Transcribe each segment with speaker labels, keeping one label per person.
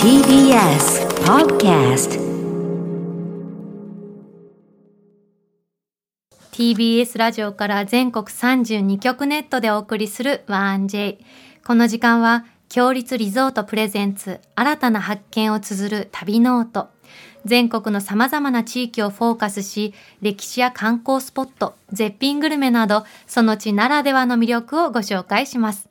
Speaker 1: TBS Podcast
Speaker 2: TBS ラジオから全国32局ネットでお送りする 1J この時間は強立リゾートプレゼンツ新たな発見を綴る旅ノート全国のさまざまな地域をフォーカスし歴史や観光スポット絶品グルメなどその地ならではの魅力をご紹介します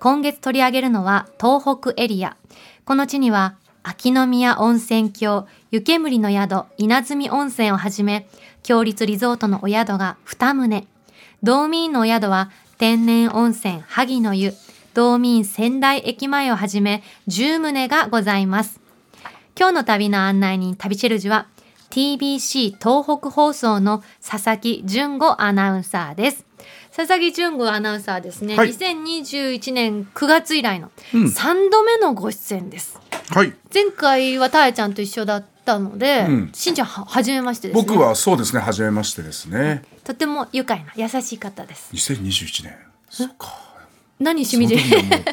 Speaker 2: 今月取り上げるのは東北エリアこの地には秋の宮温泉郷湯煙の宿稲積温泉をはじめ強立リゾートのお宿が2棟道民のお宿は天然温泉萩の湯道民仙台駅前をはじめ10棟がございます今日の旅の案内人旅チェルジュは TBC 東北放送の佐々木純子アナウンサーです佐々木純子アナウンサーですね、
Speaker 3: はい
Speaker 2: 2021年9月以来の
Speaker 3: うん
Speaker 2: 3度目のご出演です、
Speaker 3: はい。
Speaker 2: 前回はたえちゃんと一緒だったので、
Speaker 3: うん
Speaker 2: しんちゃんは初めましてです、ね、
Speaker 3: 僕はそうですね、初めましてですね。
Speaker 2: とても愉快な優しい方です
Speaker 3: 2021年。そっか。
Speaker 2: 何しみじ
Speaker 3: その時にはもう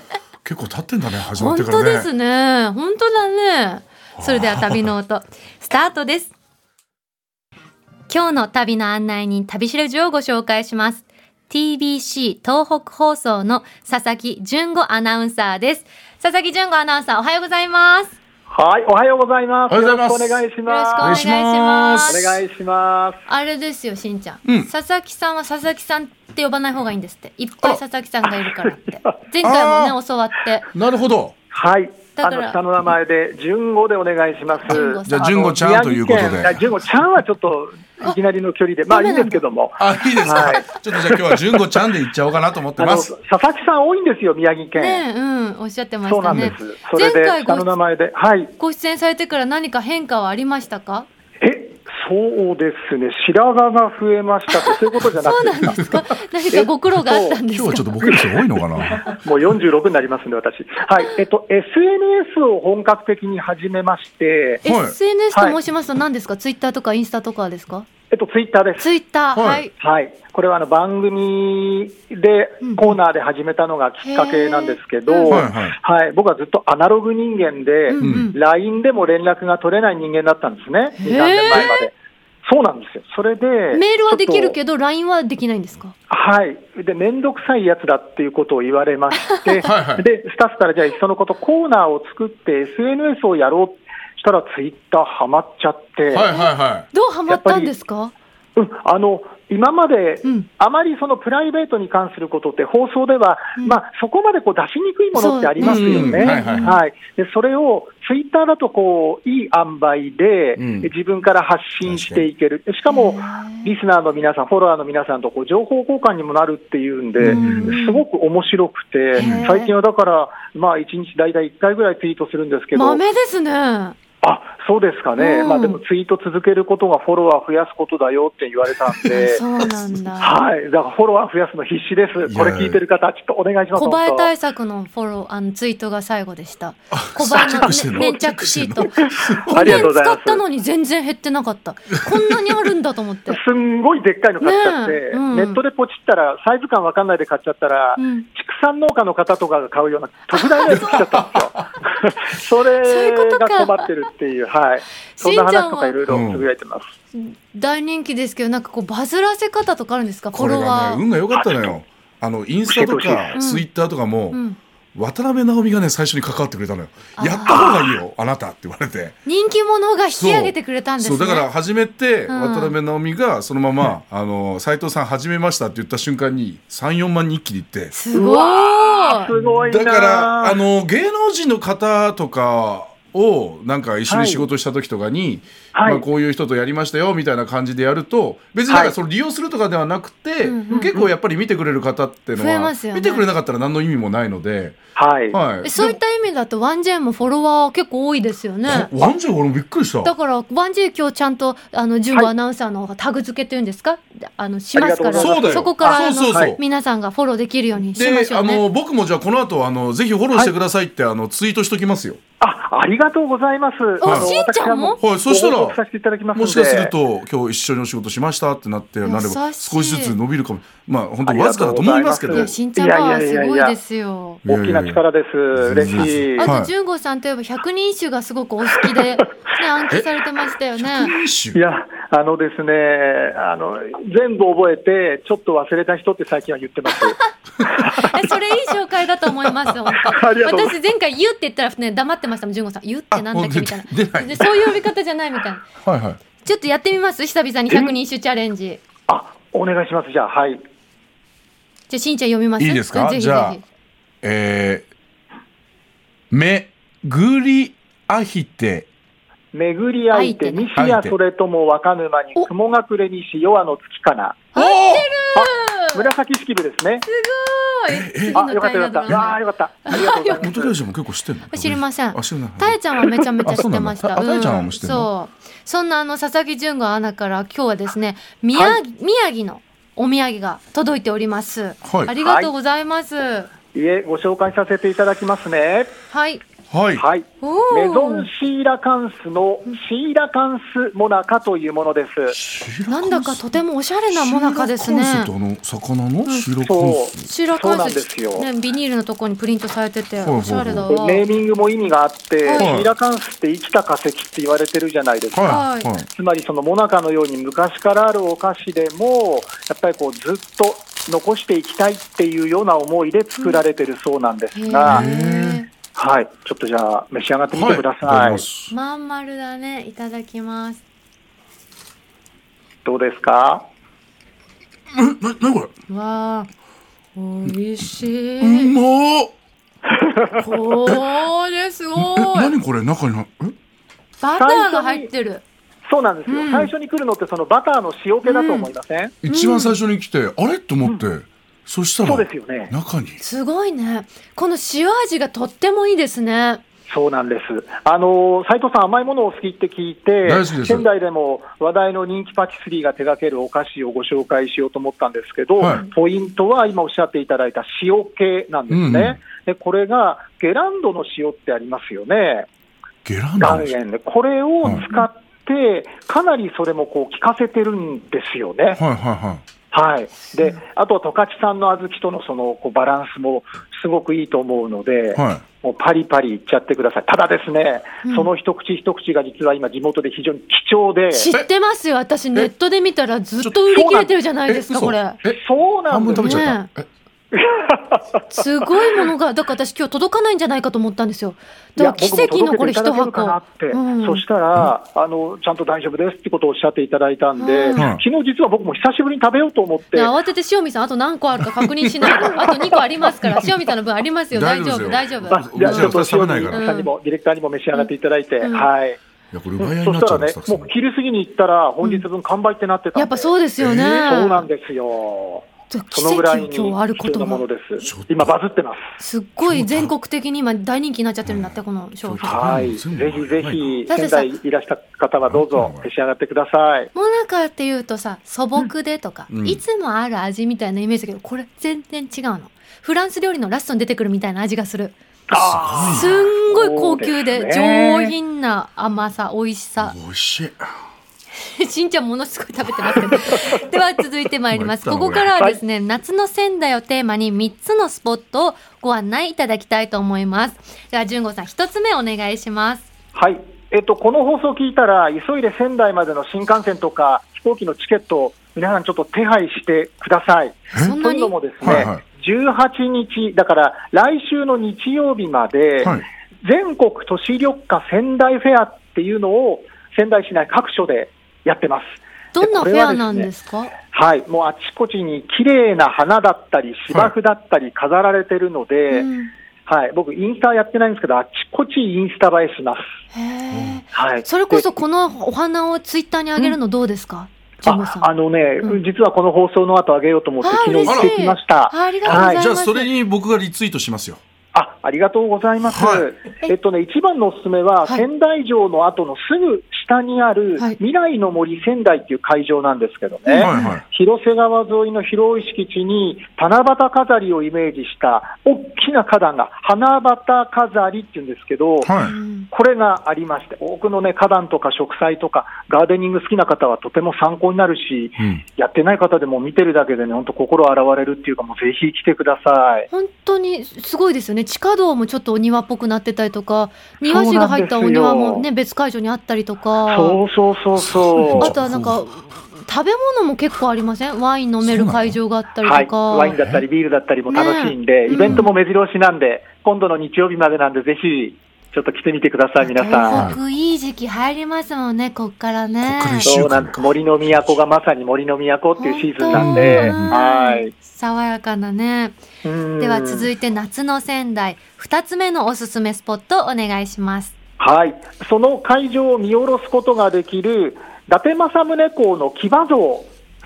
Speaker 3: 結構経ってんだね、始まっ
Speaker 2: 本
Speaker 3: てから
Speaker 2: 当
Speaker 3: ね。
Speaker 2: ですね本当だねそれでは旅の音スタートです今日の旅の案内人旅しるじをご紹介します TBC 東北放送の佐々木純子アナウンサーです佐々木純子アナウンサーおはようございます
Speaker 4: はい、おはようございます。
Speaker 3: おはようございます
Speaker 4: よろしくお願いし
Speaker 2: よろしくお願
Speaker 4: ま
Speaker 2: い
Speaker 4: す。
Speaker 2: しま
Speaker 4: お
Speaker 2: す
Speaker 4: 願いします。
Speaker 2: あれですよしんちゃん、
Speaker 3: うん
Speaker 2: 佐々木さんは佐々木さんって呼ばない方がいいんですっていっぱい
Speaker 3: あ
Speaker 2: 佐々木さんがいるからって前回もね教わって
Speaker 3: なるほど。
Speaker 4: はい、
Speaker 2: だ
Speaker 4: あ
Speaker 2: から
Speaker 4: の下の名前で順語でお願いします。
Speaker 2: 順吾さん
Speaker 3: じゃあ、純子ちゃんということで。
Speaker 4: 順語ちゃんはちょっといきなりの距離で、まあいいんですけども。
Speaker 3: あ、いいですか、
Speaker 4: はい
Speaker 3: ちょっとじゃあ今日は純子ちゃんでいっちゃおうかなと思って
Speaker 4: あ
Speaker 3: ま
Speaker 4: の
Speaker 3: す
Speaker 4: 佐。々木さん多いんですよ、宮城県。
Speaker 2: ねうんおっしゃってま
Speaker 4: そう
Speaker 2: し
Speaker 4: な
Speaker 2: た
Speaker 4: んで
Speaker 2: ね
Speaker 4: す。それで
Speaker 2: 前回
Speaker 4: 下の
Speaker 2: ご
Speaker 4: 名前で、はい。
Speaker 2: ご出演されてから何か変化はありましたか
Speaker 4: え、そうですね。白髪が増えましたとそういうことじゃな
Speaker 2: そう
Speaker 4: く
Speaker 2: なんですか何かご苦労があったんです
Speaker 3: 今日は
Speaker 2: か
Speaker 3: ちょっと僕の人多いのかな。
Speaker 4: て、もう46になりますんで、私。はい、えっと SNS を本格的に始めまして、
Speaker 3: とはい
Speaker 2: SNS と申しますと何ですか、ツイッターとかインスタとかですか
Speaker 4: えっとツイッターです。
Speaker 2: ツイッター
Speaker 3: は
Speaker 2: はいい、
Speaker 4: はい、これはあの番組で
Speaker 2: うん
Speaker 4: コーナーで始めたのがきっかけなんですけど、
Speaker 2: へー
Speaker 3: はい
Speaker 4: はい
Speaker 3: はい。
Speaker 4: 僕はずっとアナログ人間で、
Speaker 2: うんうん
Speaker 4: LINE でも連絡が取れない人間だったんですね、
Speaker 2: へー
Speaker 4: 2、3年前まで。そうなんですよ、それで、
Speaker 2: メールはできる
Speaker 4: ど、
Speaker 2: けど LINE はできないんですか
Speaker 4: はい、で面倒くさいやつだっていうことを言われまして、
Speaker 3: はいはい
Speaker 4: でスタッフからじゃあ、いっそのこと、コーナーを作って SNS をやろうしたら、ツイッターはまっちゃって。
Speaker 3: はいはいは
Speaker 2: どうハマったんですか
Speaker 4: うん、あの今まで、
Speaker 2: うん
Speaker 4: あまりそのプライベートに関することって、放送では、
Speaker 2: うん
Speaker 4: まあ、そこまでこう出しにくいものってありますよ
Speaker 3: そう
Speaker 4: ね、
Speaker 3: うんはいはい
Speaker 4: はいでそれをツイッターだとこういい塩梅で、
Speaker 3: うん
Speaker 4: 自分から発信していける、しかもリスナーの皆さん、フォロワーの皆さんとこう情報交換にもなるっていうんで、
Speaker 2: うん
Speaker 4: すごく面白くて
Speaker 2: へー、
Speaker 4: 最近はだから、まあ、1日大体1回ぐらいツイートするんですけど、
Speaker 2: 豆ですねあ
Speaker 4: あそうですかね、
Speaker 2: うん
Speaker 4: まあ、でもツイート続けることがフォロワー増やすことだよって言われたん で。
Speaker 2: そうなんだ
Speaker 4: はい、だからフォロワー増やすの必死です、これ聞いてる方、ちょっとお願いします、
Speaker 2: 小映え
Speaker 4: 本
Speaker 2: 対策のフォローあのツイートが最後でした小映え
Speaker 3: チェックしてん
Speaker 2: の
Speaker 3: の
Speaker 2: ね粘着シート
Speaker 4: ありがとう
Speaker 2: 5
Speaker 4: ござい
Speaker 2: 使
Speaker 4: ます
Speaker 2: ったのに全然減ってなかったこんなにあるんだと思 って
Speaker 4: 当すんごいでっかいの買っちゃって、
Speaker 2: ねえうん
Speaker 4: ネットでポチったら、サイズ感わかんないで買っちゃったら、
Speaker 2: うん
Speaker 4: 畜産農家の方とかが買うような特大のやつ来ちゃったんです よ、
Speaker 2: そう
Speaker 4: そ
Speaker 2: い
Speaker 4: れ
Speaker 2: うことか
Speaker 4: が困ってるっていう、はい、そんな話とかいろいろつぶやいてます。
Speaker 2: 大人気ですけどなんかこうバズらせ方とかあるんですか
Speaker 3: い。
Speaker 2: フ
Speaker 3: こ
Speaker 2: ォ
Speaker 3: れ
Speaker 2: ロワ
Speaker 3: が
Speaker 2: ー、
Speaker 3: ね、運が良かったのよ。あの、インスタとか
Speaker 2: う、ん
Speaker 3: ツイッターとかも、
Speaker 2: うん
Speaker 3: 渡辺直美がね、最初に関わってくれたのよ
Speaker 2: あ。ー
Speaker 3: やった方がいいよ、あなたって言われて。
Speaker 2: 人気者が引き上げてくれたんです
Speaker 3: そ
Speaker 2: ね
Speaker 3: うだから始めて、
Speaker 2: うん
Speaker 3: 渡辺直美がそのまま「あの斉藤さん始めました」って言った瞬間に34万人一気にいって
Speaker 2: すごーい
Speaker 4: すごいな
Speaker 3: だ
Speaker 4: あ
Speaker 3: からあの芸能人の方とかをなんか一緒に仕事した時とかに、
Speaker 4: はい
Speaker 3: まあ、こういう人とやりましたよみたいな感じでやると別になん
Speaker 4: は
Speaker 3: か
Speaker 4: い
Speaker 3: その利用するとかではなくて、
Speaker 2: うんうん
Speaker 3: 結構やっぱり見てくれる方っていうの
Speaker 2: 増え
Speaker 3: は、
Speaker 2: ますよね
Speaker 3: 見てくれなかったら何の意味もないので、
Speaker 4: はい、
Speaker 3: は
Speaker 2: え
Speaker 3: い、
Speaker 2: そういった意味だとワンジェンもフォロワー結構多いですよね
Speaker 3: ワンジェ俺もびっくりした。
Speaker 2: だからワンジェン今日ちゃんとあの純子アナウンサーのタグ付けというんですかあのしますか
Speaker 4: ありがと
Speaker 2: ら
Speaker 4: うござい
Speaker 3: ます
Speaker 2: こからあの
Speaker 3: そうそうそうそう
Speaker 2: 皆さんがフォローできるようにしま
Speaker 3: で
Speaker 2: しょ
Speaker 3: あ
Speaker 2: うね
Speaker 3: の僕もじゃあこの後あのぜひフォローしてくださいって、あのツイートしときますよ。
Speaker 4: あありがとうございます。
Speaker 2: お
Speaker 4: あの
Speaker 2: しんちゃんも
Speaker 4: 私は
Speaker 3: はい、そした
Speaker 4: ご報告さ
Speaker 3: ら
Speaker 4: せていただきますので
Speaker 3: もしかすると今日一緒にお仕事しましたってなってなれ
Speaker 2: 優
Speaker 3: ば
Speaker 2: しい
Speaker 3: 少しずつ伸びるかもまあ本当わずかだと思いますけど
Speaker 2: いや、
Speaker 4: ありがとうございます
Speaker 2: 新茶バーすごいですよ。
Speaker 3: いやい
Speaker 4: 大
Speaker 3: や
Speaker 4: き
Speaker 3: いや
Speaker 4: な力です。嬉しい。
Speaker 3: や
Speaker 2: あ
Speaker 3: は
Speaker 2: と、
Speaker 3: い
Speaker 2: 淳吾さんといえば、百人一首がすごくお好き で、ね、暗記されてましたよね。
Speaker 4: いや、あのですね、あの、全部覚えて、ちょっと忘れた人って最近は言っ てます。
Speaker 2: えそれいい紹介だと思います、本当
Speaker 4: ありがとうございま
Speaker 2: 私、前回、言うって言ったら、ね、黙ってましたもん、淳吾さん。言うってなんだっけみたい
Speaker 3: あもう出て出ない
Speaker 2: な。でそういう呼び方じゃないみたいな。
Speaker 3: はいはい
Speaker 2: ちょっとやってみます久々に百人一首チャレンジ。
Speaker 4: あ、お願いします。じゃあ、はい。
Speaker 2: じゃあ、しんちゃん読みます
Speaker 3: いいですか
Speaker 2: ぜひ
Speaker 3: じ
Speaker 2: ぜ
Speaker 3: ゃあ
Speaker 2: ひ。
Speaker 3: えー、めぐりあひて
Speaker 4: 巡り合いて、
Speaker 2: 相手ね
Speaker 4: 西やそれとも若沼に
Speaker 2: お、
Speaker 4: 雲隠れにし、夜の月かな。
Speaker 3: おー
Speaker 4: 紫式部ですね。
Speaker 2: すごい次
Speaker 4: あ、
Speaker 2: の
Speaker 4: よかっ
Speaker 2: 大
Speaker 4: た
Speaker 2: 河
Speaker 4: よかった。
Speaker 2: ドラ
Speaker 4: あ
Speaker 2: マ
Speaker 4: ーよかった。ありがとうございます
Speaker 3: 本。大臣も結構知ってるの
Speaker 2: 知りません
Speaker 3: あ知らない
Speaker 2: たえちゃんはめちゃめちゃ知ってました。
Speaker 3: あそうなんだあたえちゃんはもう知ってんの
Speaker 2: そう。そんなあの佐々木純子アナから今日はですね、宮,、宮城のお土産が届いております。
Speaker 3: はい
Speaker 2: ありがとうございます。はい
Speaker 4: え、ご紹介させていただきますね。
Speaker 2: い。
Speaker 3: はい
Speaker 4: はい。
Speaker 2: お
Speaker 4: メゾン
Speaker 2: お。
Speaker 4: シーラカンスのシーラカンスモナカというものです。
Speaker 2: なんだかとてもおしゃれなもなかですね。
Speaker 3: シーラカンスってあの魚のシーラカン
Speaker 4: そ
Speaker 3: ス
Speaker 2: シーラ
Speaker 4: そう
Speaker 2: カ
Speaker 4: な
Speaker 2: ン
Speaker 4: んです
Speaker 2: ス、
Speaker 4: よ
Speaker 2: ね、ビニールのところにプリントされてて、
Speaker 3: ほうほうほう
Speaker 2: おしゃれだ
Speaker 4: う。
Speaker 2: わ。
Speaker 4: ネーミングも意味があって、
Speaker 2: はい
Speaker 4: シーラカンスって生きた化石って言われてるじゃないですか。
Speaker 3: はい
Speaker 2: はい
Speaker 3: はい
Speaker 4: つまりそのモナカのように昔からあるお菓子でも、やっぱりこうずっと残していきたいっていうような思いで作られてるそうなんですが、
Speaker 2: へ
Speaker 4: はい、ちょっとじゃあ召し上がってみてくださ。
Speaker 3: はいい
Speaker 2: ーまん丸だね。いただきます。
Speaker 4: どうですか
Speaker 3: ななこ れ
Speaker 2: わあ。おいし
Speaker 3: う
Speaker 2: い。
Speaker 3: まー
Speaker 2: これすごい。
Speaker 3: 何これ中になえ
Speaker 2: バターが入ってる。
Speaker 4: そうなんですよ、
Speaker 2: うん
Speaker 4: 最初に来るのってそのバターの塩気だと思いません、
Speaker 3: 一番最初に来て、あれと思って、そした
Speaker 4: そう
Speaker 3: ら
Speaker 4: ですよね。
Speaker 3: 中に
Speaker 2: すごいね。この塩味がとってもいいですね。
Speaker 4: そうなんです。あの斉藤さん甘いものを好きって聞いて
Speaker 3: 大好きで、す
Speaker 4: 仙台でも話題の人気パティスリーが手掛けるお菓子をご紹介しようと思ったんですけど、
Speaker 3: はい
Speaker 4: ポイントは今おっしゃっていただいた塩系なんですね。
Speaker 3: うんうん
Speaker 4: でこれがゲランドの塩ってありますよね。
Speaker 3: ゲランダ
Speaker 4: 岩
Speaker 3: です
Speaker 4: 塩でこれを使ってかなりそれもこう効かせてるんですよね。
Speaker 3: はいはいは
Speaker 4: はい、であとは十勝産の小豆とのそのこうバランスもすごくいいと思うので、
Speaker 3: いは
Speaker 4: もうパリパリいっちゃってください、ただですね、
Speaker 2: うん
Speaker 4: その一口一口が実は今、地元で非常に貴重で、
Speaker 2: 知ってますよ。私ネットで見たらずっと売り切れてるじゃない
Speaker 3: い
Speaker 2: ですか、これ。
Speaker 3: 嘘え
Speaker 4: そうな
Speaker 3: 半
Speaker 4: ん
Speaker 3: 分
Speaker 4: です
Speaker 3: 食べちゃ
Speaker 2: ね
Speaker 3: った、え
Speaker 2: すごいものが、だから私今日届かないんじゃないかと思ったんですよ。
Speaker 4: い
Speaker 2: だ
Speaker 4: や
Speaker 2: から奇
Speaker 4: 僕も
Speaker 2: 跡のこれ
Speaker 4: 届けて
Speaker 2: 一
Speaker 4: いただけ
Speaker 2: 箱
Speaker 4: るかなって、。
Speaker 2: うん
Speaker 4: そしたら、あの、ちゃんと大丈夫ですってことをおっしゃっていただいたんで、
Speaker 2: うん
Speaker 4: 昨日実は僕も久しぶりに食べようと思って
Speaker 2: ね、慌てて塩見さん、あと何個あるか確認しない と。あと2個ありますから、塩見さんの分ありますよ。大丈夫、大
Speaker 3: 大
Speaker 2: 丈
Speaker 3: 丈
Speaker 2: 夫。
Speaker 3: 夫
Speaker 4: あ
Speaker 3: です
Speaker 4: じゃあ
Speaker 3: うん
Speaker 4: ちょっと
Speaker 3: 私食べないから
Speaker 4: 塩見さんにも、ディレクターにも召し上がっていただいて、
Speaker 2: うん
Speaker 4: はい。
Speaker 3: いやこれ
Speaker 4: そ
Speaker 3: 奪い合いにな
Speaker 4: し
Speaker 3: っち
Speaker 4: た
Speaker 3: ゃ
Speaker 4: ら
Speaker 3: うで
Speaker 4: ね
Speaker 3: す、
Speaker 4: もう昼過ぎに行ったら、本日分完売ってなってたんで、
Speaker 2: やっぱそうですよね。
Speaker 4: そうなんですよ。そ
Speaker 2: 奇
Speaker 4: のぐらい
Speaker 2: 跡
Speaker 4: に
Speaker 2: 今日あるこ
Speaker 4: 貴重な
Speaker 2: と
Speaker 4: もの
Speaker 2: が。
Speaker 4: です
Speaker 3: ちょっ。と
Speaker 4: 今バズってます。
Speaker 2: すっごい全国的に今大人気になっちゃってるんだって、この商品。
Speaker 4: はい、ぜ
Speaker 3: 全
Speaker 4: ひ
Speaker 3: 部
Speaker 4: ぜひ
Speaker 2: だって
Speaker 4: 仙
Speaker 2: さ
Speaker 4: 台いらした方はどうぞ
Speaker 3: うん
Speaker 4: 召し上がってください。
Speaker 2: もなかっていうとさ、素朴でとか、
Speaker 3: うん
Speaker 2: いつもある味みたいなイメージだけど、これ全然違うの。フランス料理のラストに出てくるみたいな味がする。
Speaker 4: あ
Speaker 2: すんごい高級
Speaker 4: そう
Speaker 2: で
Speaker 4: ですね
Speaker 2: 上品な甘さ、美味しさ。
Speaker 3: 美味しい
Speaker 2: しんちゃんものすごい食べてますけど。では続いて まいります。
Speaker 3: まい
Speaker 2: こ
Speaker 3: ったな
Speaker 2: こからはですね、夏の仙台をテーマに3つのスポットをご案内いただきたいと思います。では、淳吾さん、1つ目お願いします。
Speaker 4: はい。えっとこの放送を聞いたら急いで仙台までの新幹線とか飛行機のチケットを皆さんちょっと手配してください。
Speaker 2: そん
Speaker 4: と
Speaker 2: な
Speaker 4: いう
Speaker 2: に
Speaker 4: のもです
Speaker 3: はい
Speaker 4: ね
Speaker 3: は、
Speaker 4: 18日だから来週の日曜日まで
Speaker 3: はい
Speaker 4: 全国都市緑化仙台フェアっていうのを仙台市内各所でやってます。
Speaker 2: どんな
Speaker 4: こ
Speaker 2: フ
Speaker 4: れ
Speaker 2: ェ
Speaker 4: は
Speaker 2: ア
Speaker 4: ですね
Speaker 2: なんですか
Speaker 4: はい、もうあちこちに綺麗な花だったり、芝生だったり飾られてるので、
Speaker 2: うん
Speaker 4: はい、僕、インスタやってないんですけど、あちこちインスタ映えしま
Speaker 2: へ
Speaker 4: す。
Speaker 2: ー
Speaker 4: はい、
Speaker 2: それこそ
Speaker 4: で
Speaker 2: このお花をツイッターに上げるのどうですか、ジムさ
Speaker 4: あ
Speaker 2: ん。
Speaker 4: あのね、
Speaker 2: うん
Speaker 4: 実はこの放送の後あげようと思って、
Speaker 2: あ
Speaker 4: 昨日
Speaker 2: 嬉
Speaker 4: 行っ
Speaker 2: しい
Speaker 4: てきました。
Speaker 2: あありがとうございます
Speaker 3: じゃあそれに僕がリツイートしますよ
Speaker 4: あありがとうございます、
Speaker 3: はい
Speaker 4: えっとね、一番のおすすめは、
Speaker 2: はい
Speaker 4: 仙台城の後のすぐ下にある
Speaker 2: はい
Speaker 4: 未来の森仙台っていう会場なんですけど
Speaker 3: は
Speaker 4: ね、
Speaker 3: いはい。
Speaker 4: 広瀬川沿いの広い敷地に七夕飾りをイメージした大きな花壇が花畑飾りっていうんですけど、
Speaker 2: う
Speaker 3: はい。
Speaker 2: ん
Speaker 4: これがありまして、多くの、ね、花壇とか植栽とか、ガーデニング好きな方はとても参考になるし、
Speaker 3: うん。
Speaker 4: やってない方でも見てるだけでね、本当、心洗われるっていうか、もうぜひ来てください。
Speaker 2: 本当にすごいですよね地下道もちょっとお庭っぽくなってたりとか庭師が入ったお庭も
Speaker 4: そうなんで
Speaker 2: ね別会場にあったりとか
Speaker 4: そうそうそうそう。
Speaker 2: あとはなんか食べ物も結構ありませんワイン飲める会場があったり
Speaker 4: はい、
Speaker 2: とか、
Speaker 4: ワインだったりビールだったりも楽しいんで、
Speaker 2: ねえ
Speaker 4: イベントも目白押しなんで、今度の日曜日までなんで、ぜひちょっと来てみてください、皆さ
Speaker 2: 東
Speaker 4: ん。
Speaker 2: 北いい時期入りますもんねこっからね
Speaker 3: こっから一
Speaker 4: そうなんです森の都がまさに森の都っていうシーズンなんで、
Speaker 2: 本当
Speaker 4: はい。
Speaker 2: 爽やかなねで
Speaker 4: で
Speaker 2: は続いて夏の仙台2つ目のおすすめスポットお願いします
Speaker 4: はい、その会場を見下ろすことができる伊達政宗公の騎馬像、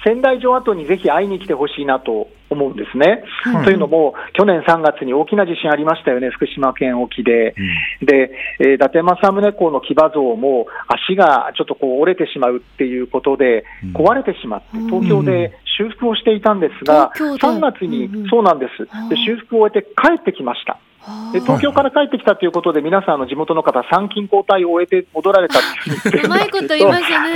Speaker 4: 仙台城跡にぜひ会いに来てほしいなと思うんですね。
Speaker 3: はい
Speaker 4: というのも、去年3月に大きな地震ありましたよね、福島県沖で。で、えー伊達政宗公の騎馬像も足がちょっとこう折れてしまうっていうことで
Speaker 3: うん、
Speaker 4: 壊れてしまって、東京で修復をしていたんですが、
Speaker 2: 東京で
Speaker 4: 3月に、
Speaker 2: うんうん
Speaker 4: そうなんです
Speaker 2: はあ
Speaker 4: で、修復を終えて帰ってきました。で
Speaker 3: と
Speaker 4: 東京から帰ってきたということで、皆さん、あの地元の方、参勤交代を終えて戻られたって言って る
Speaker 2: うんま
Speaker 4: で
Speaker 2: い
Speaker 4: す
Speaker 2: こと言
Speaker 4: け
Speaker 2: い
Speaker 4: ど、
Speaker 2: ますよね、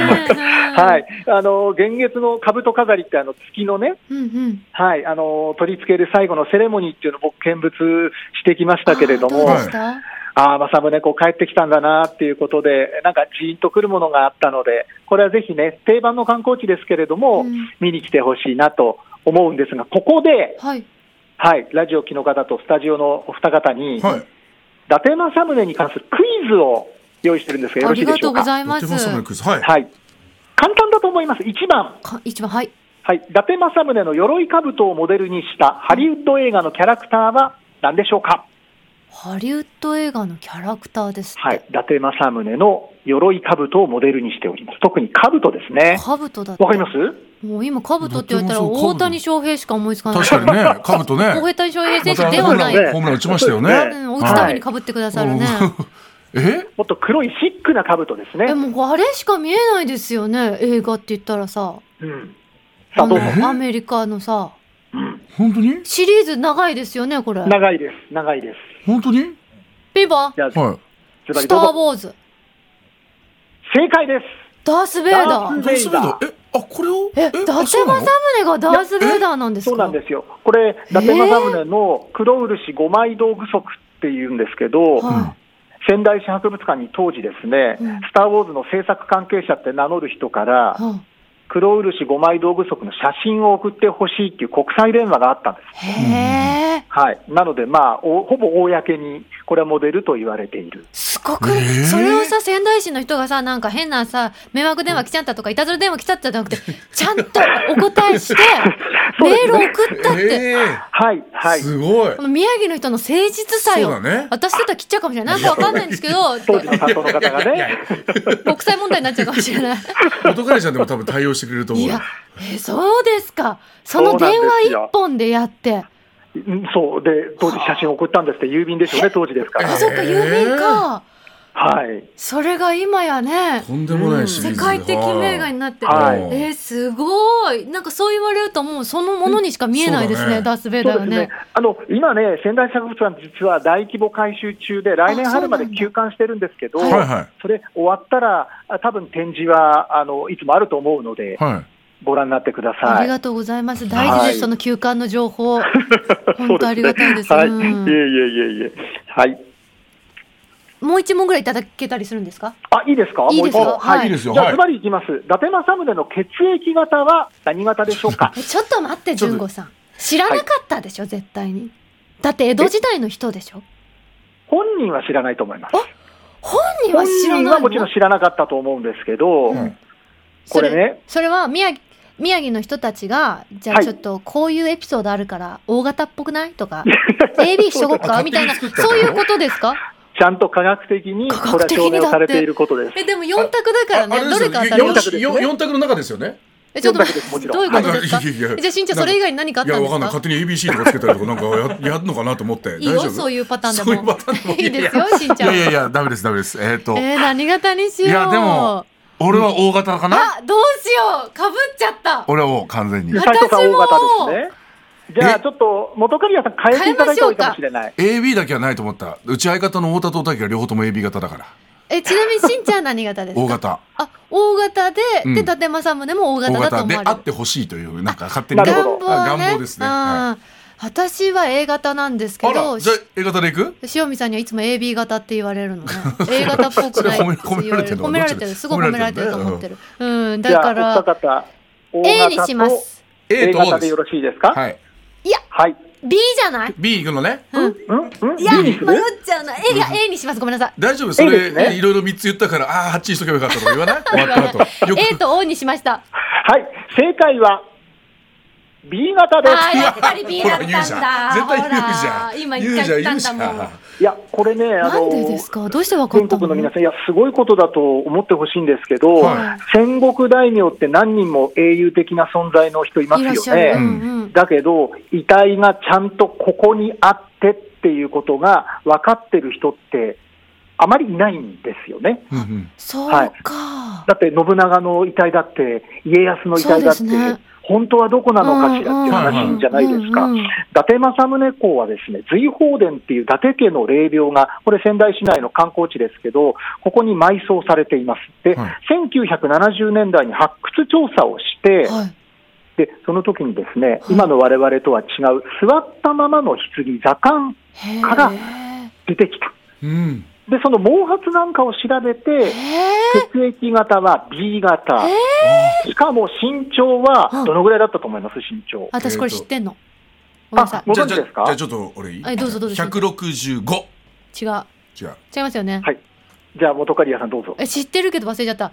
Speaker 2: は
Speaker 4: はい、あの現月の兜飾りって、あの月のね、
Speaker 2: うんうん
Speaker 4: はいあの、取り付ける最後のセレモニーっていうのを僕、見物してきましたけれども、
Speaker 2: あー
Speaker 4: あ
Speaker 2: うでした、
Speaker 4: あー、政宗公帰ってきたんだなっていうことで、なんかじーんとくるものがあったので、これはぜひね、定番の観光地ですけれども、
Speaker 2: うん
Speaker 4: 見に来てほしいなと思うんですが、ここで、
Speaker 2: はい
Speaker 4: はい、ラジオ機の方とスタジオのお二方に、
Speaker 3: はい。
Speaker 4: 伊達政宗に関するクイズを用意してるんですが、よ
Speaker 2: あ
Speaker 4: ろし
Speaker 2: り
Speaker 4: いで
Speaker 2: が
Speaker 4: しょ
Speaker 2: とう
Speaker 4: う
Speaker 2: ご
Speaker 4: か。
Speaker 2: ざいま
Speaker 3: 伊
Speaker 2: す
Speaker 3: 達政宗クイズはい。
Speaker 4: はい、簡単だと思います、1番、
Speaker 2: か一番はい
Speaker 4: はい、伊達政宗の鎧兜をモデルにしたハリウッド映画のキャラクターは何でしょうか、
Speaker 2: ハリウッド映画のキャラクターですって、
Speaker 4: はい、伊達政宗の鎧兜をモデルにしております、特に兜ですね。
Speaker 2: カブトだって
Speaker 4: わかります
Speaker 2: もう今カブトって言われたら
Speaker 3: どっちもそ
Speaker 2: 大
Speaker 3: う
Speaker 2: 谷翔平しか思いつかない
Speaker 3: 確 かにね、かぶとね。
Speaker 2: 大谷翔平選
Speaker 3: ま
Speaker 2: 手
Speaker 3: た
Speaker 2: ではな
Speaker 4: ま
Speaker 2: い、
Speaker 4: たね
Speaker 3: ホームラン打ちましたよ
Speaker 4: そうです
Speaker 3: ね。
Speaker 4: ね
Speaker 2: うん、打つためにかぶってくださるね、
Speaker 3: うん え
Speaker 4: もっと黒いシックな兜ですね
Speaker 2: え。もうあれしか見えないですよね映画って言ったらさ
Speaker 4: うん、
Speaker 2: あ
Speaker 4: さあどう
Speaker 2: の
Speaker 4: ぞ
Speaker 3: え
Speaker 2: アメリカのさ
Speaker 3: 本当に
Speaker 2: シリーズ長いですよねこれ
Speaker 4: 長いです、長いです。
Speaker 3: 本当に
Speaker 2: ピンポン
Speaker 4: じゃあ、ズ
Speaker 3: は
Speaker 4: バ
Speaker 2: ス
Speaker 4: リ
Speaker 2: ター・
Speaker 4: どう
Speaker 2: ウォ
Speaker 4: ぞ
Speaker 2: ーズ
Speaker 4: 正解です。
Speaker 2: ダース・ベイダ
Speaker 4: ダ
Speaker 2: ー
Speaker 4: ー
Speaker 3: い。
Speaker 4: スベイダー
Speaker 3: え、あ、これを
Speaker 2: え伊達
Speaker 3: あそう
Speaker 2: 政
Speaker 3: なの
Speaker 2: 宗がダース・ベイダーなんですか
Speaker 4: そうなんですよ、これ、伊達政宗の黒漆五枚道具足っていうんですけど、
Speaker 2: は
Speaker 4: 仙台市博物館に当時、ですね、
Speaker 2: うん
Speaker 4: スター・ウォーズの制作関係者って名乗る人から
Speaker 2: い、、は
Speaker 4: 黒漆五枚道具足の写真を送ってほしいっていう国際電話があったんです。
Speaker 2: あ、へえ
Speaker 4: はい、なので、まあおほぼ公にこれはモデルと言われている、
Speaker 2: すごくね、
Speaker 3: えー
Speaker 2: それをさ仙台市の人がさなんか変なさ迷惑電話来ちゃったとかいたずら電話来ちゃったじゃなくて ちゃんとお答えして
Speaker 4: そうで
Speaker 2: メ
Speaker 4: す
Speaker 2: ー
Speaker 4: ね
Speaker 2: ル送ったって、
Speaker 3: え
Speaker 4: はい、は
Speaker 3: ー
Speaker 4: い、
Speaker 3: すごい
Speaker 2: こ。の宮城の人の誠実さ
Speaker 3: そう
Speaker 2: よ、
Speaker 3: だね。
Speaker 2: 私だったら切っちゃうかもしれないなんかわかんないんですけど
Speaker 4: 当時の担当の方が
Speaker 3: いやい
Speaker 4: ね、
Speaker 2: 国際問題になっちゃうかもしれ ない。
Speaker 3: 元彼ちゃんでも多分対応してくれると思
Speaker 2: いうや
Speaker 3: よ。、
Speaker 2: えそうですか。その電
Speaker 4: そうな
Speaker 2: 話
Speaker 4: んです
Speaker 2: 一
Speaker 4: よ
Speaker 2: 本でやって。
Speaker 4: うんそうで、当時、写真送ったんですって、郵便でしょうね、当時ですか
Speaker 2: あ、
Speaker 4: ら。
Speaker 2: そっか、郵便か。
Speaker 4: はい
Speaker 2: それが今やね、
Speaker 3: とんでもないシリー
Speaker 2: 世
Speaker 3: ズ。
Speaker 2: 界的名画になって。
Speaker 4: はい
Speaker 2: えーすごい。なんかそう言われるともうそのものにしか見えないですね、
Speaker 3: うん
Speaker 2: ダース・ベイ
Speaker 4: そ
Speaker 2: ダ
Speaker 4: う
Speaker 2: ー
Speaker 4: で
Speaker 2: は
Speaker 4: すね
Speaker 2: ね。、
Speaker 4: あの今ね、仙台博物館、実は大規模改修中で、来年春まで休館してるんですけど、
Speaker 2: あ
Speaker 4: そ
Speaker 2: そう
Speaker 3: はいは
Speaker 4: れ終わったら、あ多分展示はあのいつもあると思うので、
Speaker 3: い。はい。
Speaker 4: ご覧になってくだ
Speaker 2: あ
Speaker 4: さ
Speaker 2: り
Speaker 4: い。
Speaker 2: がとうございます。大事で
Speaker 4: は
Speaker 2: す、
Speaker 4: い
Speaker 2: その休館の情報。
Speaker 4: そ
Speaker 2: 本
Speaker 4: う
Speaker 2: 当ありがたいです。
Speaker 4: はい、
Speaker 2: う
Speaker 4: いえい
Speaker 2: ん
Speaker 4: えいえいえ、はい、
Speaker 2: もう一問ぐらいいただけたりするんですか
Speaker 4: あいいですか、
Speaker 2: いいです
Speaker 4: もう一
Speaker 2: よ。
Speaker 4: 個
Speaker 3: はい、いいです
Speaker 4: じ
Speaker 3: よ。
Speaker 4: ゃあ、
Speaker 3: はい
Speaker 4: ズ。バリいきます、伊達政宗の血液型は何型でしょ
Speaker 2: 。
Speaker 4: うか
Speaker 2: えちょっと待って、純子さん。知らなかったでしょ、絶対に。だって江戸時代の人でしょ
Speaker 4: 本人は知らないと思います。
Speaker 2: 本人は
Speaker 4: 本
Speaker 2: 知ら
Speaker 4: 人
Speaker 2: な
Speaker 4: はいもちろ
Speaker 2: の
Speaker 4: ん知らなかったと思うんですけど、
Speaker 3: うん
Speaker 4: これね、
Speaker 2: それは宮城宮城の人たちがじゃ
Speaker 4: は
Speaker 2: あ
Speaker 4: い
Speaker 2: ちょっとこういうエピソードあるから大型っぽくないと か AB しとこっかみたいな
Speaker 3: 勝手に
Speaker 2: そ
Speaker 3: 作った
Speaker 2: ういうことですか
Speaker 4: ちゃんと科学的にこれは証明をされていることです。
Speaker 2: えでも4択だから
Speaker 3: あ
Speaker 2: ね
Speaker 3: れ
Speaker 2: どれか
Speaker 3: で
Speaker 2: 当たり
Speaker 3: すよ四
Speaker 2: ま
Speaker 4: ます
Speaker 3: 択四四択の中ですよね。
Speaker 2: えちょっと待っ
Speaker 4: 四択
Speaker 2: て
Speaker 4: です
Speaker 2: どういう
Speaker 4: も
Speaker 2: こ
Speaker 4: ち
Speaker 2: とですか
Speaker 3: いやいやいや
Speaker 2: じゃあしんちゃんそれ以外に何かあっ
Speaker 3: いや
Speaker 2: たんで
Speaker 3: わ
Speaker 2: す
Speaker 3: かん
Speaker 2: か
Speaker 3: ない勝手に ABC とかつけたりとかなんか ややるのかなと思って。
Speaker 2: いいよ
Speaker 3: 大丈夫
Speaker 2: そういうパターンで
Speaker 3: そういう
Speaker 2: も
Speaker 3: パターンでも
Speaker 2: いいですよしんちゃん
Speaker 3: いやいやいやダメですダメです。えーっと。
Speaker 2: えー何型にしよう
Speaker 3: いやでも
Speaker 5: 俺は大型かな
Speaker 2: あ、どうしよう。かぶっちゃった。
Speaker 5: 俺はもう完全に
Speaker 2: 私も
Speaker 4: 斎藤さん大型ですね。じゃあ、
Speaker 5: え
Speaker 4: ちょっと、元刈谷さん変えていただいた方がいいかもしれない。
Speaker 5: AB だけはないと思ったうち相方の太田と大輝は両方とも AB 型だから
Speaker 2: え、ちなみにしんちゃん何型ですか
Speaker 5: 大。型
Speaker 2: あ、大型で、
Speaker 5: うん
Speaker 2: で、伊達政宗も大
Speaker 5: 大
Speaker 2: 型だと
Speaker 5: 型
Speaker 2: 思
Speaker 5: で
Speaker 2: わ
Speaker 5: あ
Speaker 2: れ
Speaker 5: って
Speaker 2: る。
Speaker 5: ほしいというなんか勝手に
Speaker 4: なるほ
Speaker 2: 願
Speaker 4: ど
Speaker 2: 望はね。
Speaker 5: あ願望ですね
Speaker 2: うん
Speaker 5: は
Speaker 2: 私は A 型なんですけ
Speaker 5: あら
Speaker 2: ど、
Speaker 5: じゃあ A 型でいく
Speaker 2: 塩見さんにはいつも AB 型って言われ るのね。A 型っぽくない
Speaker 5: それ褒め褒められてるの
Speaker 2: 褒められてる。すごい褒められてると思ってる。うん、
Speaker 4: じ
Speaker 2: だ
Speaker 4: ゃ
Speaker 2: か
Speaker 4: あ、お二
Speaker 2: ら、A
Speaker 4: 方、大
Speaker 2: に
Speaker 4: 型
Speaker 2: しま
Speaker 4: と
Speaker 2: す。
Speaker 5: A
Speaker 4: A
Speaker 5: と O
Speaker 4: 型
Speaker 5: で
Speaker 4: ですよろしいですか。
Speaker 5: はいい
Speaker 2: B じゃない
Speaker 5: B 行くのね
Speaker 4: うんうん
Speaker 2: いや、
Speaker 4: B
Speaker 2: 迷
Speaker 4: に
Speaker 2: っ
Speaker 4: する
Speaker 2: ちゃうな。A が A にします。ごめんなさい。
Speaker 5: 大丈夫それ、
Speaker 4: いいですね
Speaker 5: いろいろ3つ言ったからああーあっちにしとけばよかったとか言わ ない終わった後よ
Speaker 2: A と O にしました。
Speaker 4: はい。正解は、B 型で
Speaker 2: あー
Speaker 4: す。
Speaker 2: やっぱり B
Speaker 5: ほ
Speaker 2: だっ
Speaker 5: ら
Speaker 2: たん
Speaker 5: 言う
Speaker 2: だ。
Speaker 5: じゃん絶対言うじゃん
Speaker 2: ほら今
Speaker 5: 言
Speaker 2: 一
Speaker 5: う
Speaker 2: 回
Speaker 5: じゃ
Speaker 2: 言
Speaker 5: ん言
Speaker 2: ったん
Speaker 5: うじ
Speaker 2: だ
Speaker 5: ゃん
Speaker 2: もん。
Speaker 4: いや、これね、あ
Speaker 2: な
Speaker 4: の
Speaker 2: んでですか。どうしてわかった
Speaker 4: 全
Speaker 2: の？
Speaker 4: 国の皆さん、いや、すごいことだと思ってほしいんですけど、
Speaker 5: はい
Speaker 4: 戦国大名って何人も英雄的な存在の人いま
Speaker 2: いらっ
Speaker 4: す
Speaker 2: し
Speaker 4: よ
Speaker 2: ゃる。う
Speaker 4: ね。
Speaker 2: んうん。
Speaker 4: だけど、遺体がちゃんとここにあってっていうことが分かってる人って、あまりいないんですよね。
Speaker 5: うんうん
Speaker 2: そうか。
Speaker 4: だって信長の遺体だって、家康の遺体だって、
Speaker 2: そうですね
Speaker 4: 本当はどこなのかしらっていう
Speaker 5: うんう
Speaker 4: 話
Speaker 5: ん
Speaker 4: じゃないです
Speaker 2: う
Speaker 4: か
Speaker 2: んうん。うん
Speaker 4: 伊達政宗公はですね、瑞鳳殿っていう伊達家の霊廟が、これ仙台市内の観光地ですけど、ここに埋葬されています。で、
Speaker 5: はい
Speaker 4: 1970年代に発掘調査をして、
Speaker 2: はい。
Speaker 4: で、その時にですね、今の我々とは違う、座ったままの棺、座棺
Speaker 2: へえ。
Speaker 4: から出てきた。
Speaker 5: うん
Speaker 4: で、その毛髪なんかを調べて、
Speaker 2: へえ。
Speaker 4: 血液型は B 型。しかも身長はどのぐらいだったと思います身長。
Speaker 2: 私これ知ってんの。ごめんなさ
Speaker 4: あご
Speaker 5: じゃ
Speaker 4: 存
Speaker 5: あ
Speaker 4: 知
Speaker 5: じゃ
Speaker 4: ですか
Speaker 5: あじゃあちょっと俺いい
Speaker 2: はいどうぞどうぞ
Speaker 5: 165
Speaker 2: い。違う。
Speaker 5: 違う
Speaker 2: 違いますよね。
Speaker 4: はい。じゃあ、元刈谷さんどうぞ。
Speaker 2: え知ってるけど忘れちゃった。だ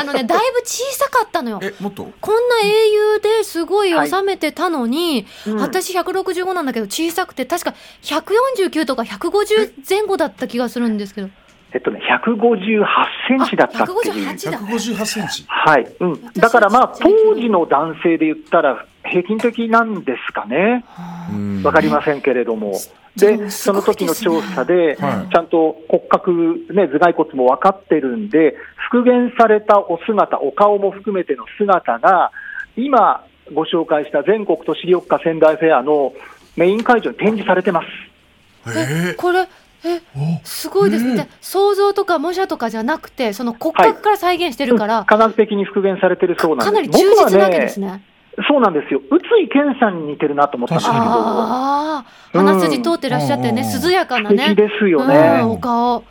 Speaker 2: あのねだいぶ小さかったのよ。
Speaker 5: えもっと
Speaker 2: こんな英雄ですごい収めてたのに、
Speaker 4: うん
Speaker 2: 私165なんだけど小さくて確か149とか150前後だった気がするんですけど
Speaker 4: えっとね、158センチだったっていう。
Speaker 2: 158だ
Speaker 5: 158センチ
Speaker 4: はい、うん、だからまあ、当時の男性で言ったら、平均的なんですかね、
Speaker 5: うん
Speaker 4: わかりませんけれども、
Speaker 2: で
Speaker 4: で
Speaker 2: もす
Speaker 4: そ
Speaker 2: ごい
Speaker 4: の時の
Speaker 2: ですね
Speaker 4: 調査で、ち
Speaker 5: はい
Speaker 4: ゃんと骨格、ね、頭蓋骨も分かってるんで、復元されたお姿、お顔も含めての姿が、今、ご紹介した全国都市緑化仙台フェアのメイン会場に展示されてます。
Speaker 5: え
Speaker 2: えこれえすごいですね、想像とか模写とかじゃなくてその骨格から再現してるから、
Speaker 4: 科学的に復元されてるそうなんです
Speaker 2: かなり忠実なわけですね
Speaker 4: 僕はね、そうなんですよ、宇津井健さんに似てるなと思ったんですけ
Speaker 5: 確
Speaker 4: ど。
Speaker 2: ああ
Speaker 4: うん
Speaker 2: 鼻筋通ってらっしゃってね、
Speaker 5: うん
Speaker 2: 涼やかな
Speaker 4: 素
Speaker 2: ね
Speaker 4: 敵ですよね、
Speaker 2: うんお顔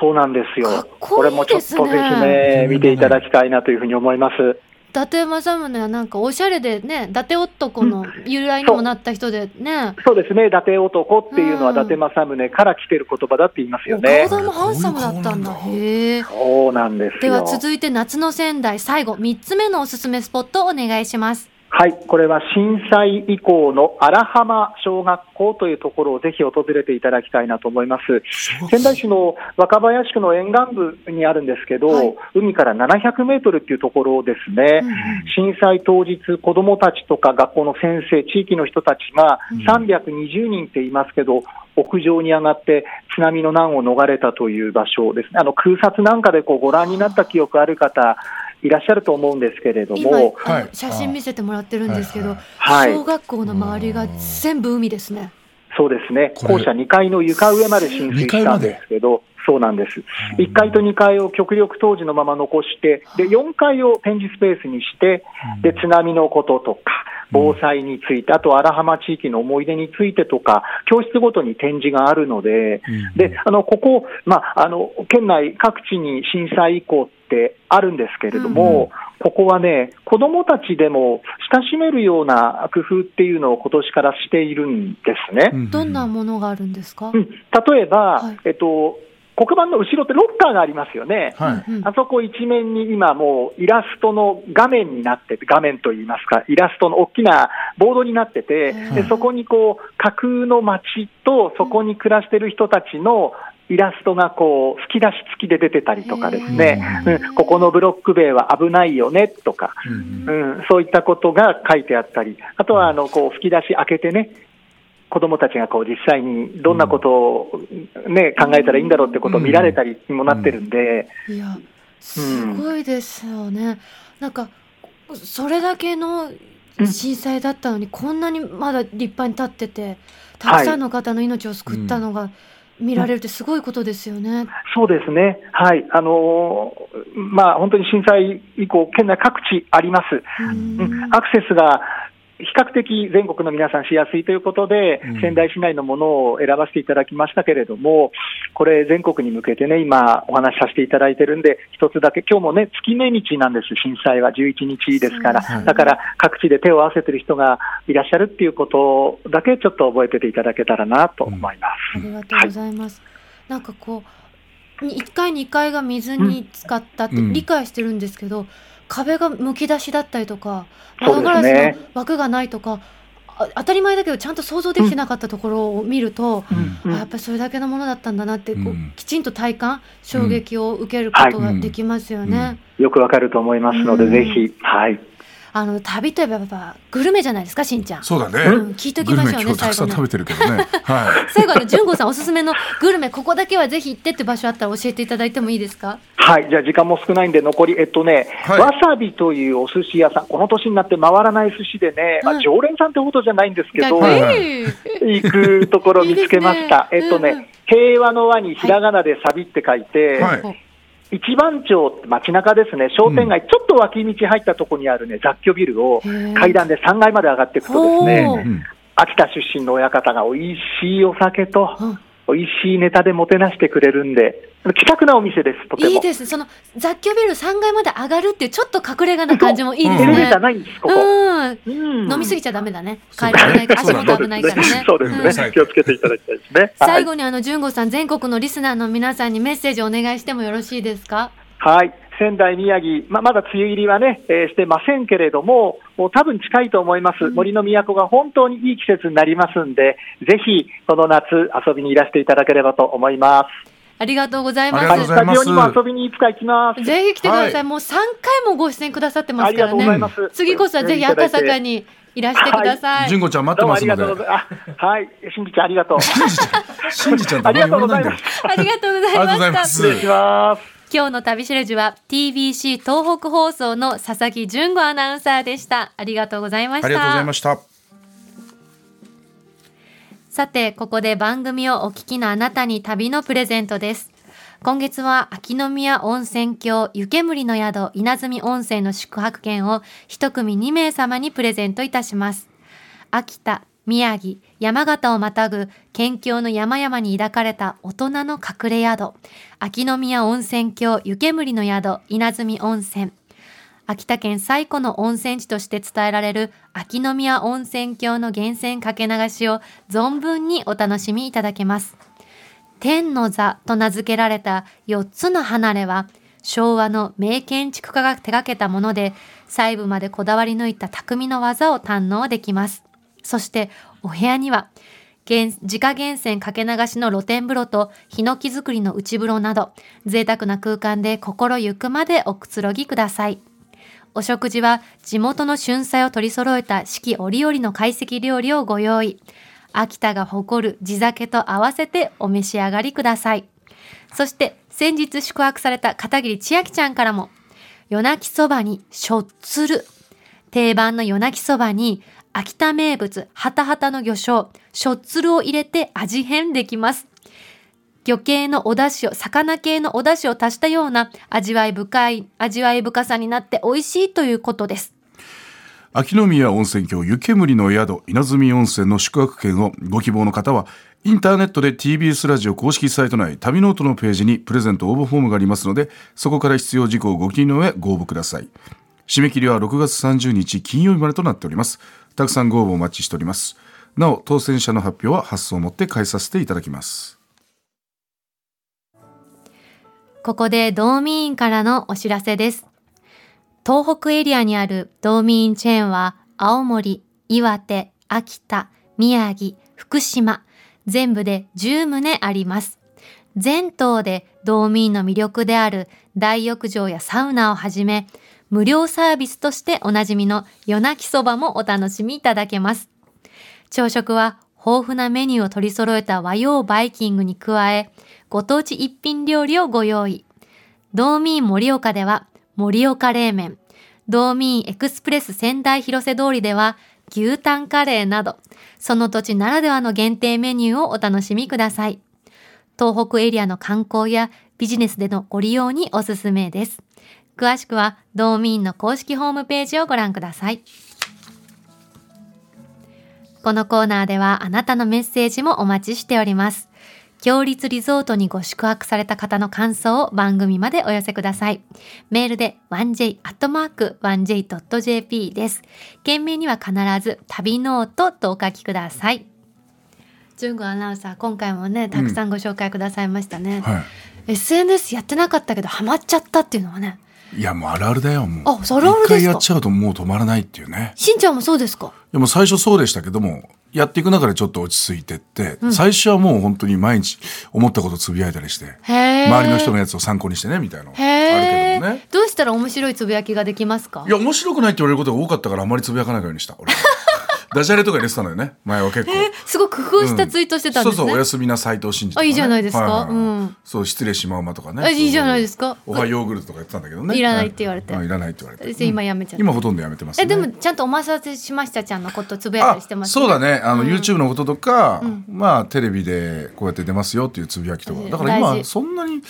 Speaker 4: そうなんですよ
Speaker 2: かっ
Speaker 4: こ
Speaker 2: こい
Speaker 4: れ
Speaker 2: い
Speaker 4: もちょ
Speaker 2: で
Speaker 4: っ
Speaker 2: すね
Speaker 4: とぜひね、見ていただきたいなというふうに思います。
Speaker 2: 伊達政宗はなんかおしゃれでね伊達男の由来にもなった人でね、
Speaker 4: そうですね、伊達男っていうのは
Speaker 2: う
Speaker 4: 伊
Speaker 2: ん
Speaker 4: 達政宗から来てる言葉だって言いますよ
Speaker 2: お
Speaker 4: ね
Speaker 2: 顔。だもハンサムだったんだ
Speaker 5: こう
Speaker 2: へえ
Speaker 4: そうなんです
Speaker 2: では
Speaker 4: よ。
Speaker 2: 続いて夏の仙台最後3つ目のおすすめスポットをお願いします
Speaker 4: はい、これは震災以降の荒浜小学校というところをぜひ訪れていただきたいなと思います。仙台市の若林区の沿岸部にあるんですけど、
Speaker 2: はい
Speaker 4: 海から700メートルっていうところですね。
Speaker 2: うん
Speaker 4: 震災当日、子どもたちとか学校の先生、地域の人たちが320人って言いますけど、屋上に上がって津波の難を逃れたという場所ですね、あの空撮なんかでこうご覧になった記憶ある方、いらっしゃると思うんですけれど
Speaker 2: 今
Speaker 4: も、
Speaker 2: あの
Speaker 5: はい
Speaker 2: 写真見せてもらってるんですけど、
Speaker 4: はい
Speaker 2: 小学校の周りが全部海ですね。
Speaker 4: そうですね、
Speaker 5: これ
Speaker 4: 校舎2階の床上まで浸水したんですけど、そうなんです、1階と2階を極力当時のまま残して、で4階を展示スペースにして、で津波のこととか、防災について、あと荒浜地域の思い出についてとか、教室ごとに展示があるので、であのここ、まああの、県内各地に震災以降ってあるんですけれども、ここはね、子どもたちでも親しめるような工夫っていうのを今年からしているんですね。
Speaker 5: うん
Speaker 2: どんなものがあるんですか？
Speaker 4: うん、例えば、
Speaker 2: はい
Speaker 4: えっと、黒板の後ろってロッカーがありますよね。
Speaker 5: はい
Speaker 2: うん
Speaker 4: あそこ一面に今もうイラストの画面になってて、画面といいますか、イラストの大きなボードになってて、
Speaker 2: はい
Speaker 4: でそこにこう架空の街と、そこに暮らしてる人たちのイラストがこう吹き出し付きで出てたりとかですね、
Speaker 2: へー
Speaker 4: うん、ここのブロック塀は危ないよねとか、
Speaker 5: うん
Speaker 4: うん、そういったことが書いてあったり、あとはあのこう吹き出し開けてね、子どもたちがこう実際にどんなことを、ね、考えたらいいんだろうってことを見られたりにもなってるんで、
Speaker 2: いや、すごいですよね。なんかそれだけの震災だったのに、こんなにまだ立派に立っててたくさんの方の命を救ったのが見られるってすごいことですよね。
Speaker 4: そうですね、はいあのーまあ、本当に震災以降、県内各地あります。
Speaker 2: うん
Speaker 4: うんアクセスが比較的全国の皆さんしやすいということで、仙台市内のものを選ばせていただきましたけれども、これ、全国に向けてね、今、お話しさせていただいてるんで、一つだけ、今日もね、月命日なんです、震災は11日ですか
Speaker 2: そうです
Speaker 4: ら、
Speaker 2: ね
Speaker 4: だから各地で手を合わせてる人がいらっしゃるっていうことだけ、ちょっと覚えてていただけたらなと思いま
Speaker 2: あ
Speaker 4: す。
Speaker 2: りがとうございます。なんかこう1階2階が水に浸かったって
Speaker 5: うん
Speaker 2: 理解してるんですけど、壁がむき出しだったりとか
Speaker 4: そう
Speaker 2: 窓
Speaker 4: ですね
Speaker 2: ガラスの枠がないとか、あ当たり前だけどちゃんと想像できてなかったところを見ると、
Speaker 4: うん
Speaker 2: あやっぱりそれだけのものだったんだなってこう、
Speaker 5: うん
Speaker 2: きちんと体感衝撃を受けることができますよね。
Speaker 5: はいうん
Speaker 4: よくわかると思いますので、
Speaker 2: うん
Speaker 4: ぜひ、はい、
Speaker 2: あの旅といえばやっぱグルメじゃないですかしんちゃん。
Speaker 5: そうだ
Speaker 2: う
Speaker 5: ね。
Speaker 2: ん、聞いとき
Speaker 5: グル
Speaker 2: ま
Speaker 5: メ
Speaker 2: しょ
Speaker 5: 今
Speaker 2: う
Speaker 5: 日
Speaker 2: ね
Speaker 5: た
Speaker 2: 最
Speaker 5: くさ
Speaker 2: 後
Speaker 5: ん
Speaker 2: に
Speaker 5: 食。べてるけどね。はい。
Speaker 2: 最後の純子さんおすすめのグルメここだけはぜひ行ってって場所あったら教えていただいてもいいですか
Speaker 4: はい、じゃあ時間も少ないんで、残り、えっとね、
Speaker 5: はい
Speaker 4: わさびというお寿司屋さん、この年になって回らない寿司でね、ま
Speaker 2: うん
Speaker 4: あ、常連さんってことじゃないんですけ
Speaker 2: かっ
Speaker 4: ど、
Speaker 2: こいい、
Speaker 5: は
Speaker 4: 行くところ見つけまし た。
Speaker 2: いいですね
Speaker 4: えっとね、
Speaker 2: うんうん
Speaker 4: 平和の輪にひらがなでサビって書い て、
Speaker 5: はい
Speaker 4: 一番町って街中ですね、商店街、ちょっと脇道入ったところにあるね、雑居ビルを
Speaker 2: へー
Speaker 4: 階段で3階まで上がっていくとですね、
Speaker 2: ほう
Speaker 5: うん
Speaker 4: 秋田出身の親方が美味しいお酒
Speaker 2: う
Speaker 4: と、
Speaker 2: ん
Speaker 4: 美味しいネタでもてなしてくれるんで、気さくなお店です、とても。
Speaker 2: いいですねその雑居ビル3階まで上がるっていうちょっと隠れ家な感じもいいです
Speaker 4: エレベー
Speaker 2: ね
Speaker 4: ターないんです、ここ。
Speaker 2: うん
Speaker 4: うん
Speaker 2: 飲みす
Speaker 4: ぎ
Speaker 2: ぎちゃダメだね
Speaker 5: そう
Speaker 2: 帰
Speaker 5: だ
Speaker 2: れ
Speaker 5: ね
Speaker 2: ないから
Speaker 5: そ
Speaker 2: 足
Speaker 5: うだね
Speaker 2: 元危ないからね
Speaker 4: そうですね。
Speaker 5: うん
Speaker 4: 気をつけていただきたいですね。
Speaker 2: 最後
Speaker 4: はい。
Speaker 2: にあの純子さん全国のリスナーの皆さんにメッセージをお願いしてもよろしいですか
Speaker 4: はい仙台、宮城、ままだ梅雨入りはね、えーしてませんけれども、もう多分近いと思います、森の都が本当にいい季節になりますんで、ぜひこの夏、遊びにいらしていただければと思いま
Speaker 2: ありがとうございます
Speaker 5: ありがと
Speaker 4: す。
Speaker 5: うご
Speaker 4: ス
Speaker 5: ざい
Speaker 4: タ
Speaker 5: ま
Speaker 4: ジ
Speaker 5: す
Speaker 4: オにも遊びにいつか行きます。
Speaker 2: ぜひ来てください、
Speaker 5: はい
Speaker 2: もう3回もご出演くださってま
Speaker 4: あ
Speaker 2: す
Speaker 4: り
Speaker 2: か
Speaker 4: が
Speaker 2: ら
Speaker 4: とうござい
Speaker 2: ね
Speaker 4: ます。
Speaker 2: 次こそはぜひ赤坂にいらしてください、
Speaker 5: 純子ちゃん待っ
Speaker 4: ど
Speaker 5: てま
Speaker 4: うもあ
Speaker 5: す
Speaker 4: りがとう
Speaker 5: の
Speaker 4: ご
Speaker 5: で
Speaker 4: ざ。います。あはい、しんじちゃんあ りがとう。
Speaker 5: 信じちゃん、信じちゃんってあんまり呼ばれないんだよ。
Speaker 2: ありがとうございました
Speaker 5: ありがとうございます
Speaker 4: 失礼します。
Speaker 2: 今日の旅しるじは TBC 東北放送の佐々木純子アナウンサーでしたありがとうございました
Speaker 5: ありがとうございました。
Speaker 2: さてここで番組をお聞きのあなたに旅のプレゼントです今月は秋の宮温泉郷湯煙の宿稲積温泉の宿泊券を一組2名様にプレゼントいたします秋田宮城山形をまたぐ県境の山々に抱かれた大人の隠れ宿秋の宮温泉郷湯煙の宿稲積温泉秋田県最古の温泉地として伝えられる秋の宮温泉郷の源泉かけ流しを存分にお楽しみいただけます。天の座と名付けられた4つの離れは昭和の名建築家が手掛けたもので細部までこだわり抜いた匠の技を堪能できますそしてお部屋には源自家源泉かけ流しの露天風呂とヒノキ作りの内風呂など贅沢な空間で心ゆくまでおくつろぎくださいお食事は地元の春菜を取り揃えた四季折々の懐石料理をご用意。秋田が誇る地酒と合わせてお召し上がりください。そして先日宿泊された片桐千秋ちゃんからも、夜泣きそばにしょっつる。定番の夜泣きそばに秋田名物ハタハタの魚醤、しょっつるを入れて味変できます。魚系のお出汁を魚系のお出汁を足したような味わい深い味わい深さになって美味しいということです
Speaker 5: 秋の宮温泉郷湯煙の宿稲積温泉の宿泊券をご希望の方はインターネットで TBS ラジオ公式サイト内旅ノートのページにプレゼント応募フォームがありますのでそこから必要事項をご記入の上ご応募ください締め切りは6月30日金曜日までとなっておりますたくさんご応募お待ちしておりますなお当選者の発表は発送をもって返させていただきます
Speaker 2: ここで道民院からのお知らせです東北エリアにある道民院チェーンは青森岩手秋田宮城福島全部で10棟あります全島で道民の魅力である大浴場やサウナをはじめ無料サービスとしておなじみの夜泣きそばもお楽しみいただけます朝食は豊富なメニューを取り揃えた和洋バイキングに加え、ご当地一品料理をご用意。道民盛岡では盛岡冷麺、道民エクスプレス仙台広瀬通りでは牛タンカレーなど、その土地ならではの限定メニューをお楽しみください。東北エリアの観光やビジネスでのご利用におすすめです。詳しくは道民の公式ホームページをご覧ください。このコーナーではあなたのメッセージもお待ちしております。強立リゾートにご宿泊された方の感想を番組までお寄せください。メールで 1j.1j.jp です。件名には必ず旅ノートとお書きください。純子アナウンサー、今回もね、たくさんご紹介くださいましたね。
Speaker 3: は
Speaker 2: SNS やってなかったけどハマっちゃったっていうのはね。
Speaker 3: い。いや、もうあるあるだよ、もう。
Speaker 2: あそれあるですか
Speaker 3: 一回やっちゃうともう止まらないっていうね。
Speaker 2: しんちゃんもそうですか
Speaker 3: いや、もう最初そうでしたけども、やっていく中でちょっと落ち着いてって、最初はもう本当に毎日思ったことつぶやいたりして、
Speaker 2: へー
Speaker 3: 周りの人のやつを参考にしてね、みたいなのある
Speaker 2: へえ、
Speaker 3: けどもね。
Speaker 2: どうしたら面白いつぶやきができますか
Speaker 3: いや、面白くないって言われることが多かったからあまりつぶやかないようにした。俺はダジャレとか入れてたのよね、前は結構。
Speaker 2: すごい工夫したツイートしてたんですね、
Speaker 3: そうそう、おやすみな斎藤真二とかね
Speaker 2: あいいじゃないですか
Speaker 3: はは
Speaker 2: うん
Speaker 3: そう、失礼しまうまとかね。
Speaker 2: あいいじゃないですか
Speaker 3: おはヨーグルトとかやってたんだけどね。
Speaker 2: いらないって言われて
Speaker 3: うんいらないって言われ
Speaker 2: で
Speaker 3: て。
Speaker 2: 今やめちゃった
Speaker 3: 今ほとんどやめてますね。
Speaker 2: えでもちゃんとお待たせしましたちゃんのことつぶやいた
Speaker 3: あ
Speaker 2: りしてます
Speaker 3: そうだねあの、YouTube のこととか、まあテレビでこうやって出ますよっていうつぶやきとかだから
Speaker 2: 大
Speaker 3: 今
Speaker 2: 事
Speaker 3: そんなに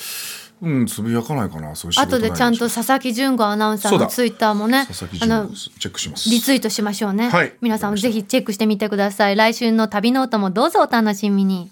Speaker 3: うんつぶやかないかなそういう仕
Speaker 2: あ
Speaker 3: 事
Speaker 2: と
Speaker 3: 内
Speaker 2: で
Speaker 3: 容
Speaker 2: ちゃんと佐々木純子アナウンサー
Speaker 3: そう
Speaker 2: の
Speaker 3: だ
Speaker 2: ツイッターもね
Speaker 3: 佐々木
Speaker 2: あの
Speaker 3: 純子チェックします
Speaker 2: リツイートしましょうね、
Speaker 3: はい
Speaker 2: 皆さんもぜひチェックしてみてください来週の旅ノートもどうぞお楽しみに